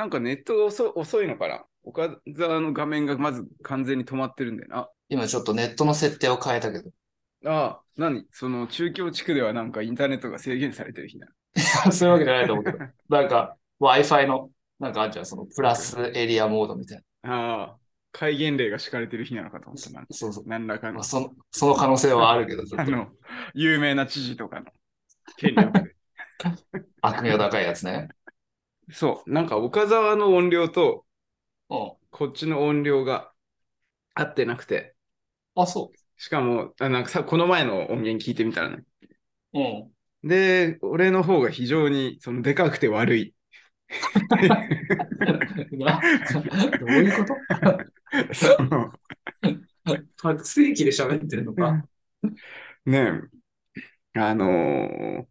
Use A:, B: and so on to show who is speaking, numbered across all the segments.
A: なんかネットが遅遅いのかな岡沢の画面がまず完全に止まってるんだよ
B: 今ちょっとネットの設定を変えたけど。
A: な。ああ、何その中京地区ではなんかインターネットが制限されてる日なの。
B: そういうわけじゃないと思 うけど。なんか Wi-Fi の、なんかあるじゃん、そのプラスエリアモードみたいな。
A: ああ、戒厳令が敷かれてる日なのかと思ったな。
B: そうそう。
A: 何らか
B: ま
A: の
B: あ、、そのその可能性はあるけど、ちょ
A: あ
B: っと
A: の、有名な知事と かの権力で。
B: 悪名高いやつ ね。
A: そう、なんか岡沢の音量と
B: うん。
A: こっちの音量が合ってなくて、
B: あ、そ
A: しかも、あなんかさ、この前の音源聞いてみたらね。
B: う。 うん。
A: で、俺の方が非常にそのでかくて悪 い。
B: などういうこと
A: その
B: 拡声器で喋ってるのか。
A: ねえ、あのー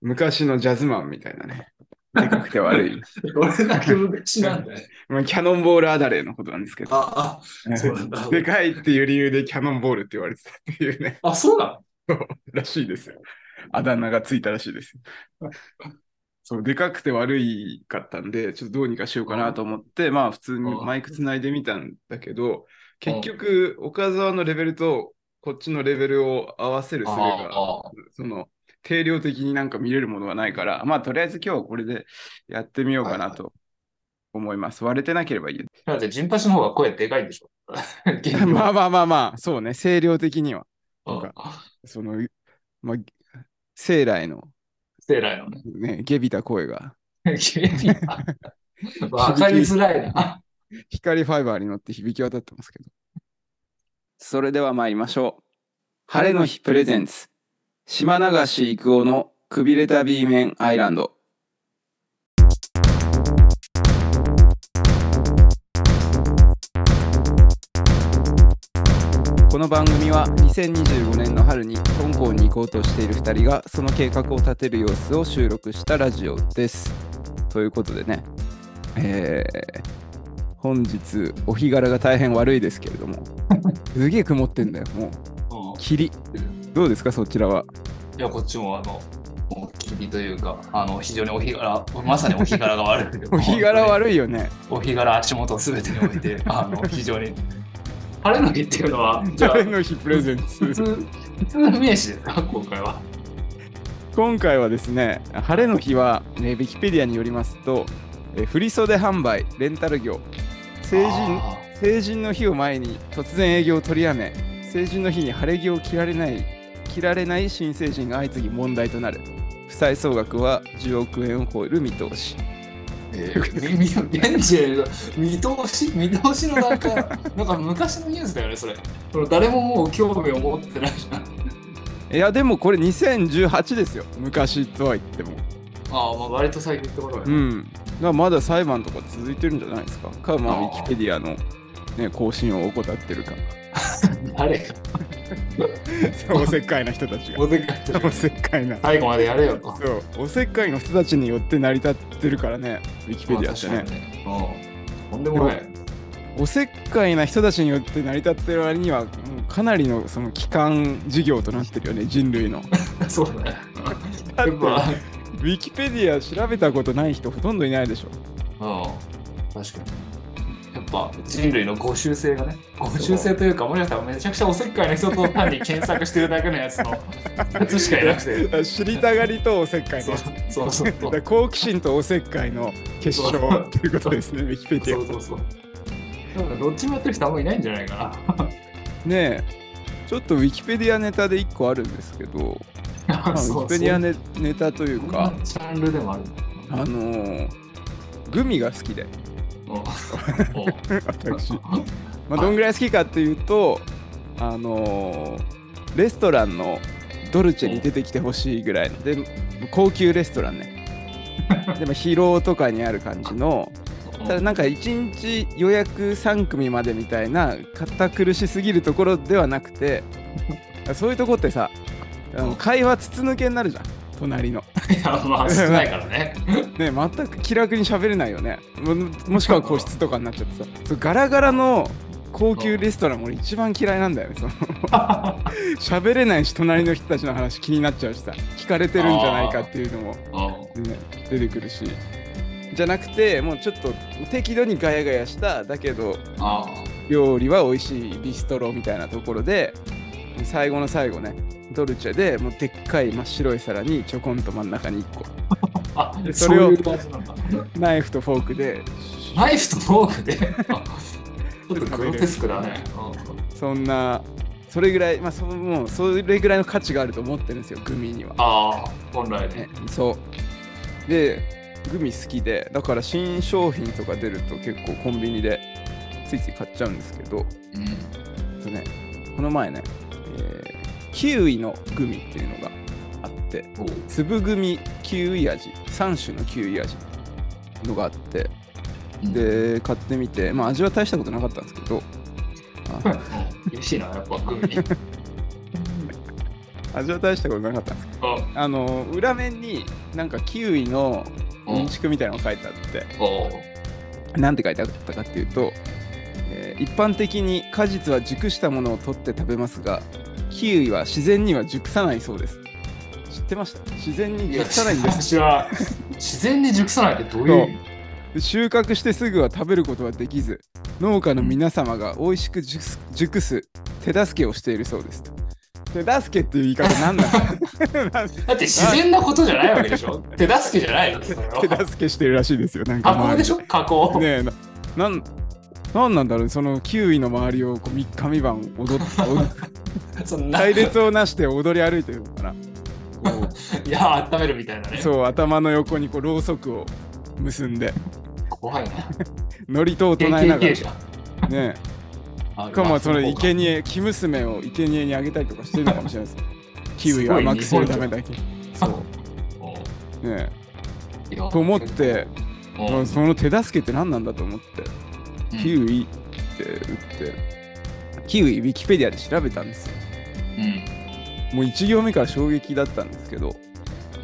A: 昔のジャズマンみたいなね。でかくて悪 い。
B: 俺だけ昔なんだよ。
A: まあキャノンボールアダレーのことなんですけど。
B: あ、あ、そうなんだ。
A: でかいっていう理由でキャノンボールって言われてたっていうね、
B: あ、そうなの
A: らしいですよ。あだ名がついたらしいですよ。そう、でかくて悪いかったんで、ちょっとどうにかしようかなと思って、まあ普通にマイクつないでみたんだけど、結局、岡沢のレベルとこっちのレベルを合わせるすれが、
B: ああ
A: その定量的になんか見れるものがないから、まあとりあえず今日はこれでやってみようかなと思います。割れてなければいい。
B: だって、ジンパシの方が声でかいで しょ。
A: まあまあまあまあ、そうね、声量的には。
B: うん
A: なんその、まあ、生来の、
B: セーラーのね。
A: ね、下びた声が、
B: わかりづらいな。
A: 光ファイバーに乗って響き渡ってますけど。それでは参りましょう。晴
B: 晴
A: れ
B: れ
A: の
B: の
A: 日プレゼンツ、島流し育夫のくびれた B 面アイランド。この番組は2025年の春に香港に行こうとしている2人がその計画を立てる様子を収録したラジオです。ということでね、えー本日お日柄が大変悪いですけれども すげえ曇ってんだよもう
B: うん
A: 霧どうですかそちらはい
B: や、こっちもあの、もう霧というか、あの、非常にお日柄、まさに お日柄が悪いけ ど。
A: お日柄悪いよね
B: お日柄足元すべてにおい て、あの、非常に。晴れの日っていうのは、じゃ あ
A: 晴れ、の日プレゼン
B: 普
A: ツ
B: 通、普通の名詞ですか、今回は。
A: 今回はですね晴れの日は、ね、ウィキペディアによりますと、えー振り袖販売レンタル業成人
B: あ
A: 成人の日を前に突然営業を取りやめ成人の日に晴れ着を着られない着られない新成人が相次ぎ問題となる負債総額は10億円を超える見通し
B: ー。 えーみみ現地で見通し見通しの段 階なんか昔のニュースだよねそれその誰ももう興味を持ってないじゃん
A: いやでもこれ2018ですよ昔とは言っても
B: ああまあ割と最近ってことだよ
A: う
B: ね、
A: んだからまだ裁判とか続いてるんじゃないですかかまあ
B: あ
A: ウ
B: ー
A: ィキペディアの、ね、更新を怠ってるか
B: 誰か
A: おせっかいな人たちが
B: おでかい人
A: おせっかいな
B: 最後までやれよと
A: そうおせっかいの人たちによって成り立ってるからねウィキペディアって
B: まあ
A: ね
B: 確かにねうんとんでもない
A: おせっかいな人たちによって成り立ってる割にはもうかなりのその基幹事業となってるよね人類 の
B: そうだね
A: だ
B: やっぱ
A: ってウィキペディア調べたことない人ほとんどいないで しょ
B: うん確かにやっぱ人類のご習性がねご習性というか森田さんはめちゃくちゃおせっかいな人と単に検索してるだけのや つのやつしかいなくて
A: だから知りたがりとおせっかい
B: そ
A: ね
B: うそうそう
A: だ
B: そ
A: から
B: う
A: 好奇心とおせっかいの結晶
B: そう
A: ということですね、ウィキペデ
B: そ
A: ィ
B: うそうそうだからどっちもやってる人あんまいないんじゃないか
A: ア。ねえ、ちょっとウィキペディアネタで1個あるんですけど、まあウ
B: な
A: ィ
B: そう
A: キペディア
B: ね
A: ネネタというか、
B: ジャンルでもある
A: あのーグミが好きで、
B: うんうん
A: 私。まあ、どんぐらい好きかっていうと、あのーレストランのドルチェに出てきてほしいぐらいの、で高級レストラン ね。でも疲労とかにある感じのただなんか1日予約3組までみたいな堅苦しすぎるところではなくてそういうとこってさあの会話筒抜けになるじゃん隣の
B: いやまあ少ないからね。
A: ね全く気楽に喋れないよねももしくは個室とかになっちゃってさそうガラガラの高級レストラン俺一番嫌いなんだよねその喋れないし隣の人たちの話気になっちゃうしさ聞かれてるんじゃないかっていうのも、
B: うん
A: ね、出てくるしじゃなくてもうちょっと適度にガヤガヤしただけど
B: あ
A: 料理は美味しいビストロみたいなところで最後の最後ねドルチェでもうでっかい真っ白い皿にちょこんと真ん中に1個
B: あ。あ、
A: そ
B: そ
A: れ
B: れ
A: を
B: を。なんだ
A: ナイフとフォークで
B: ナイフとフォー クで。ちょっとグロテスクだね。うん
A: そんなそれぐらいまあそもうそれぐらいの価値があると思ってるんですよグミには、
B: ああ、本来ね
A: ね。、そうでグミ好きでだから新商品とか出ると結構コンビニでついつい買っちゃうんですけど
B: うん。
A: とねこの前ね、えーキウイのグミっていうのがあって
B: おう
A: 粒グミキウイ味3種のキウイ味のがあって、で買ってみてまあ味は大したことなかったんですけど
B: うんうん嬉しいな、やっぱグミ。
A: 味は大したことなかったんですけ
B: あ
A: どあの裏面になんかキウイの
B: うん
A: うんちくみたいなのが書いてあって、
B: おう
A: なんて書いてあったかっていうと、えー一般的に果実は熟したものを取って食べますがキウイは自然には熟さないそうです知ってました自然に
B: いや
A: 熟さないんです
B: 私は自然に熟さないってどういう意味
A: 収穫してすぐは食べることはできず農家の皆様が美味しく熟す熟す手助けをしているそうです手助けっていう言い方なんなのなん
B: だって自然なことじゃないわけでしょ手助けじゃないのそれは
A: 手助けしてるらしいですよなんか
B: 加工でしょ加工、
A: 周りねえななんなんなんだろうねそのキウイの周りをこう三日三晩踊っ踊っ
B: そんな
A: 隊列をなして踊り歩いてるのかなこ
B: いや温めるみたいな
A: う
B: ね
A: そう頭の横にこうろうそくを結んで
B: 怖いな
A: 祝詞を唱えなが
B: KKK
A: ら
B: じゃん
A: ね
B: あ
A: しかもその生
B: に
A: 贄生娘を生贄にあげたりとかしてるのかもしれないですキウイを甘くするためだけね
B: そうおう
A: え
B: いや
A: と思って
B: おう
A: まあその手助けって何なんだと思って
B: うん
A: キウイって打ってキウイウィキペディアで調べたんですよ
B: うん
A: もう1行目から衝撃だったんですけど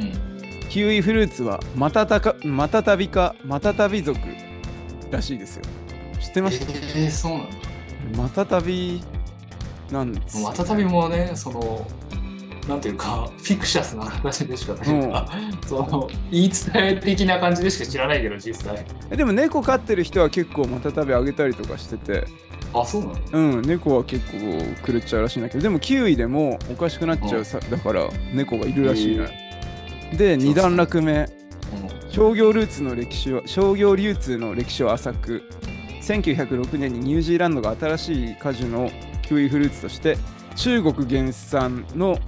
B: うん
A: キウイフルーツはマタタカマタタビ科マタタビ属らしいですよ知って
B: え
A: ました
B: ー、そうなんだ
A: マタタビなんです
B: もう温めもねそのなんていうかフィクシャスな形でしかないから、 その言い伝え的な感じでしか知らないけど実際
A: えでも猫飼ってる人は結構マタタビあげたりとかしてて
B: あそうなんだ
A: うん猫は結構狂っちゃうらしいんだけどでもキウイでもおかしくなっちゃうさ、だから猫がいるらしいな、で
B: そう
A: 2段落目
B: うん
A: 商業ルーツの歴史は商業流通の歴史は浅く1906年にニュージーランドが新しい果樹のキウイフルーツとして中国原産の、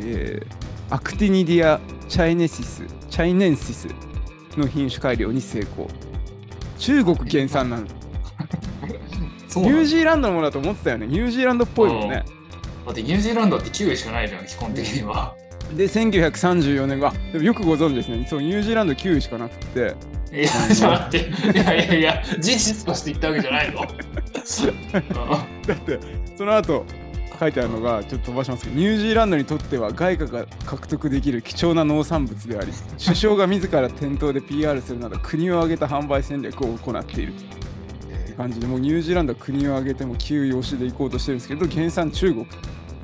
A: えーアクティニディア・チャイネシスチャイネンシスの品種改良に成功中国原産なの
B: そう
A: ニ
B: なん
A: ュー
B: だ
A: ジーランドのものだと思ってたよねニュージーランドっぽいもんね
B: だってニュージーランドってキウイしかないじゃん基本的には
A: で1934年がでもよくご存知ですねそうニュージーランド9位しかなくて
B: いや、ちょっと待って。いやいやいや、事実として言ったわけじゃないの。うん
A: だってその後書いてあるのがちょっと飛ばしますけどニュージーランドにとっては外貨が獲得できる貴重な農産物であり首相が自ら店頭で PR するなど国を挙げた販売戦略を行っているって感じでもうニュージーランドは国を挙げてもキウイ推しで行こうとしてるんですけど原産中国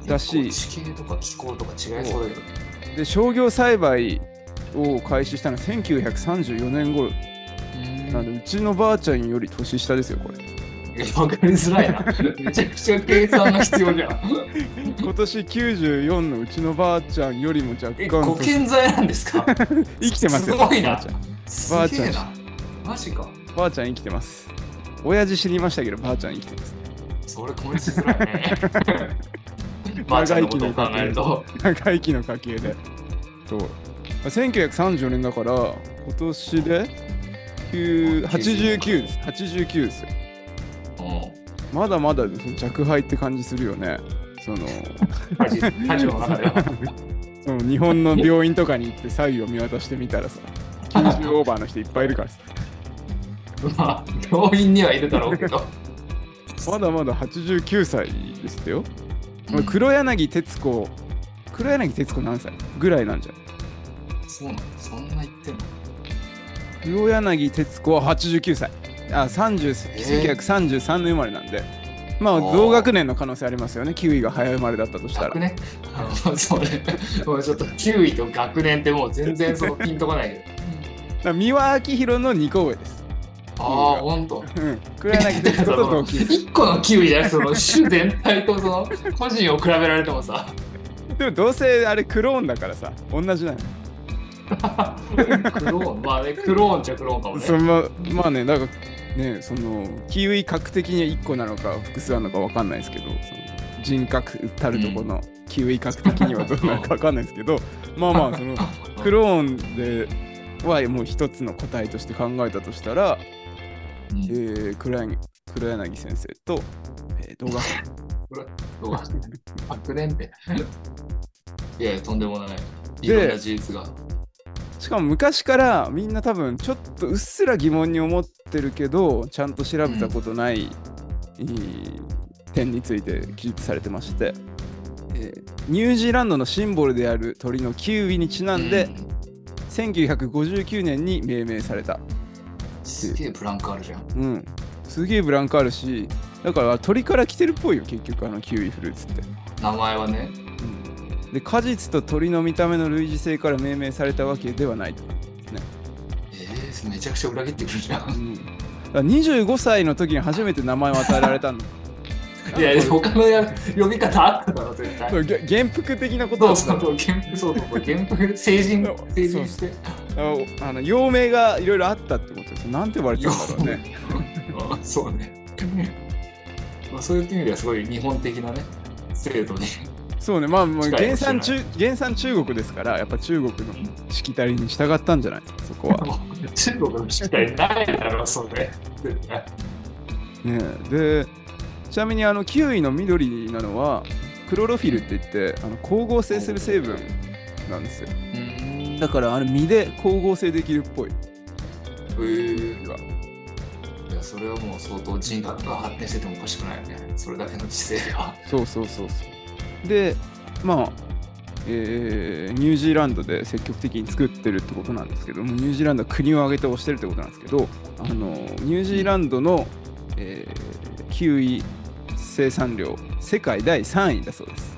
A: だし
B: 地形とか気候とか違いそうだけどね。
A: で商業栽培を開始したのは1934年頃なんでうちのばあちゃんより年下ですよこれ
B: いやわかりづらいな。めちゃくちゃ計算が必要じゃん。
A: 今年94のうちのばあちゃんよりも若
B: え、
A: 干
B: ご
A: 年
B: 健在なんですか
A: 生きてますよ
B: すごいな
A: ばあちゃん
B: す
A: ばあち
B: げ
A: ゃん
B: えな。マジか。
A: ばあちゃん生きてます。親父知りましたけど、ばあちゃん生きてます。
B: それ、こいしづらいね。 ばあちゃんのことを考えると。
A: 長生きの家系で。そう。まあ1934年だから、今年で9 89です。89ですよ。
B: うん
A: まだまだですね若輩って感じするよね。そ の、
B: 家事家事の中では。
A: その日本の病院とかに行って左右を見渡してみたらさ、90オーバーの人いっぱいいるからさ、
B: まあ、病院にはいるだろうけど。
A: まだまだ89歳ですってよ。ま
B: う
A: あ
B: ん
A: 黒柳徹子、黒柳徹子何歳ぐらいなんじゃん。
B: そうなのそんな言ってんの
A: 黒柳徹子は89歳あ30
B: えー
A: 1933年生まれなんで、まあ
B: おー
A: 同学年の可能性ありますよねキウイが早生まれだったとした
B: 学
A: ら
B: 年あのそうね。もうちょっと9位と学年ってもう全然そのピンとこないけど。
A: から三輪明宏の2個上です。
B: ああ、ほんと。
A: うん。黒柳徹子と同級生。
B: 一個のキウイじゃなくて、その種全体とその個人を比べられて もさ、
A: でもどうせあれクローンだからさ、同じなの。
B: クローン、まあね、クローンっちゃクローンかも
A: そ
B: ね。
A: のまあね、なんかね、そのキウイ格的に1個なのか複数なのかわかんないですけど、その人格たるとこのキウイ格的にはどうなのかわかんないですけど、まあまあその。クローンではもう一つの答えとして考えたとしたら、
B: うん
A: えー、黒柳黒柳先生と、えー、動画
B: どうか 悪年って。いや、とんでもない。いろんな事実が。
A: しかも昔からみんな多分ちょっとうっすら疑問に思ってるけどちゃんと調べたことない、えー点について記述されてまして、えーニュージーランドのシンボルである鳥のキウイにちなんで、
B: うん、
A: 1959年に命名された
B: すげえブランクあるじゃん。
A: うん。すげえブランクあるし、だから鳥から来てるっぽいよ、結局あのキウイフルーツって。
B: 名前はね。
A: うん、で、果実と鳥の見た目の類似性から命名されたわけではないと。
B: えー、めちゃくちゃ裏切ってくるじゃ。
A: うんん、だから25歳の時に初めて名前を与えられたんだ。
B: いや、他のや呼び方あっただろ、絶対
A: そ。うげ原服的なこと
B: そ
A: を
B: うそうそう、原服、そうそう、原服、成人
A: そ、う
B: 成人して。
A: あのあの幼名がいろいろあったってことです。なんて呼ばれてたんだろうね。
B: まあそうね。まあ、そういった意味では、すごい日本的なね、制度に。
A: そうね、まあ、もう
B: 近い
A: 原産
B: 近
A: 中原産中国ですから、やっぱ中国のしきたりに従ったんじゃないですか、そこは。
B: もう中国の期待ないだろ、それ。絶対
A: ねえでちなみにあのキウイの緑なのはクロロフィルって言ってあの光合成する成分なんですよ
B: うーん。
A: だからあれ実で光合成できるっぽい
B: えー
A: うわ
B: いやそれはもう相当人格が発展しててもおかしくないよね。それだけの知性が。
A: そうそうそうそうでまあえーニュージーランドで積極的に作ってるってことなんですけどもニュージーランドは国を挙げて推してるってことなんですけどあのニュージーランドの、えーキウイ生産量世界第3位だそうです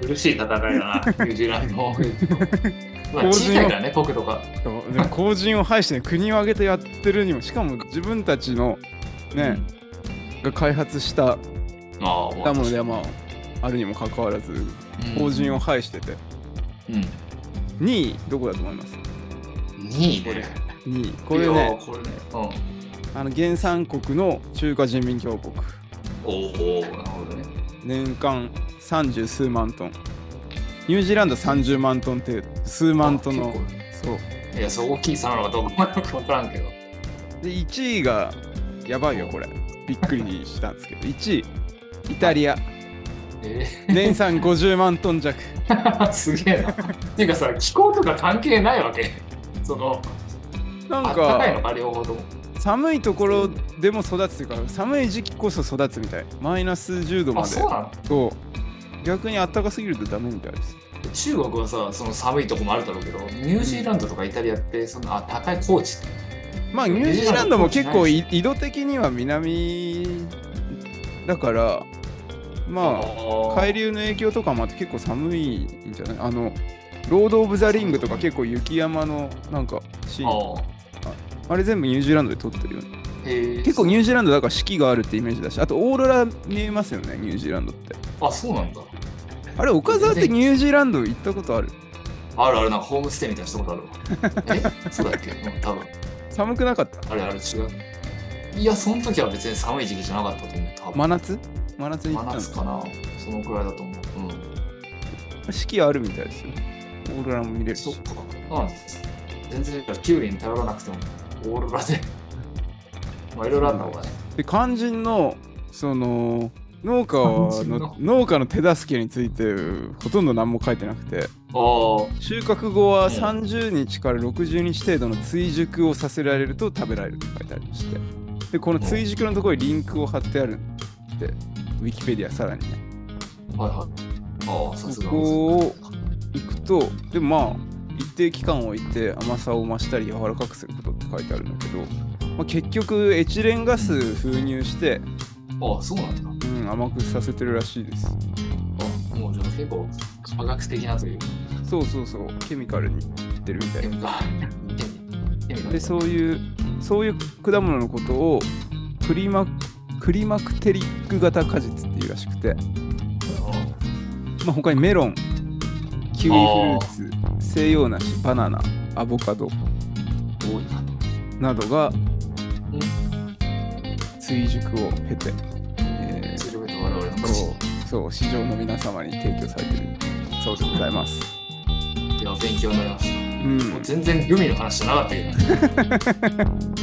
B: 苦しい戦いだな、ニュージーラン ドも。まあ、
A: 洪
B: 小
A: 水
B: さ
A: の
B: いからね、国土が。
A: でもでも後陣を排して、ね、国を挙げてやってるにもしかも自分たちのね、が開発した
B: まあ、も
A: ダムでまああるにもかかわらず後陣を排してて、
B: うん。
A: 2位どこだと思います
B: 2位で。
A: 2位これね
B: いやこれね。うん。
A: あの原産国の中華人民共和国
B: おお、なるほどね。
A: 年間三十数万トンニュージーランド30万トン程度数万トン
B: あ
A: の
B: 結
A: そう
B: 構いや、そう大きい差なのかどうかもよく分からんけど。
A: で1位がやばいよこれびっくりしたんです けど1位イタリア
B: え
A: 年産50万トン 弱
B: ー、すげえな。っていうかさ、気候とか関係ないわけ。その、
A: なん
B: あったかいの
A: か
B: か、両方とも。
A: 寒いところでも育つというか寒い時期こそ育つみたいマイナス10度ま
B: あ、
A: で
B: そうなの
A: そう逆に暖かすぎるとダメみたいです
B: 中国はさその寒いとこもあるだろうけどニュージーランドとかイタリアってそのあ高い高地
A: まあニュージーランドも結構い緯度的には南だからまあ海
B: り
A: 流の影響とかもあって結構寒いんじゃないあのロード・オブ・ザ・リングとか結構雪山のなんかシーン
B: あ
A: あれ全部ニュージーランドで撮ってるよね
B: ーへえ
A: 結構ニュージーランドだから四季があるってイメージだしあとオーロラ見えますよねニュージーランドって
B: あそうなんだ
A: あれ岡沢ってニュージーランド行ったことある
B: あるあるなんかホームステイみたいなしたことあるわえそうだっけうん多分
A: 寒くなかった
B: あれあれ違ういやその時は別に寒い時期じゃなかったと思う多分、
A: 真夏真夏に行った
B: 真
A: ん
B: 夏かなそのくらいだと思ううん
A: 四季あるみたいですよオーロラも見れるし
B: そっかそうなんです全然キュウリに頼らなくてもオーロラで まあいろいろあった方がね
A: で肝心のその農家
B: 肝心
A: の
B: の
A: 農家の手助けについてほとんど何も書いてなくて
B: ああ
A: 収穫後は
B: うん
A: 30日から60日程度の追熟をさせられると食べられるって書いてありましてでこの追熟のところにリンクを貼ってあるってウィキペディアさらにね
B: はいはいああさすが
A: ここを行くとでもまあ一定期間を置いて甘さを増したり柔らかくすることって書いてあるんだけど、まあ、結局エチレンガス封入して、
B: ああそうなんだ
A: うん、甘くさせてるらしいです
B: あもうじゃあ結構科学的なというか
A: そうそうそうケミカルにってるみたい
B: 行ってみよう行ってみよ
A: な
B: う
A: でそういうそういう果物のことをクリマクリマクテリック型果実っていうらしくて、まあ、他にメロンキウイフルーツ西洋梨バナナアボカド
B: 多いな
A: などが追熟を経て、え
B: それを我々の
A: ー
B: 口
A: そうそう市場の皆様に提供されてるそうでございます。
B: いや勉強になりました
A: うん
B: もう全然グミの話じゃなかったけどね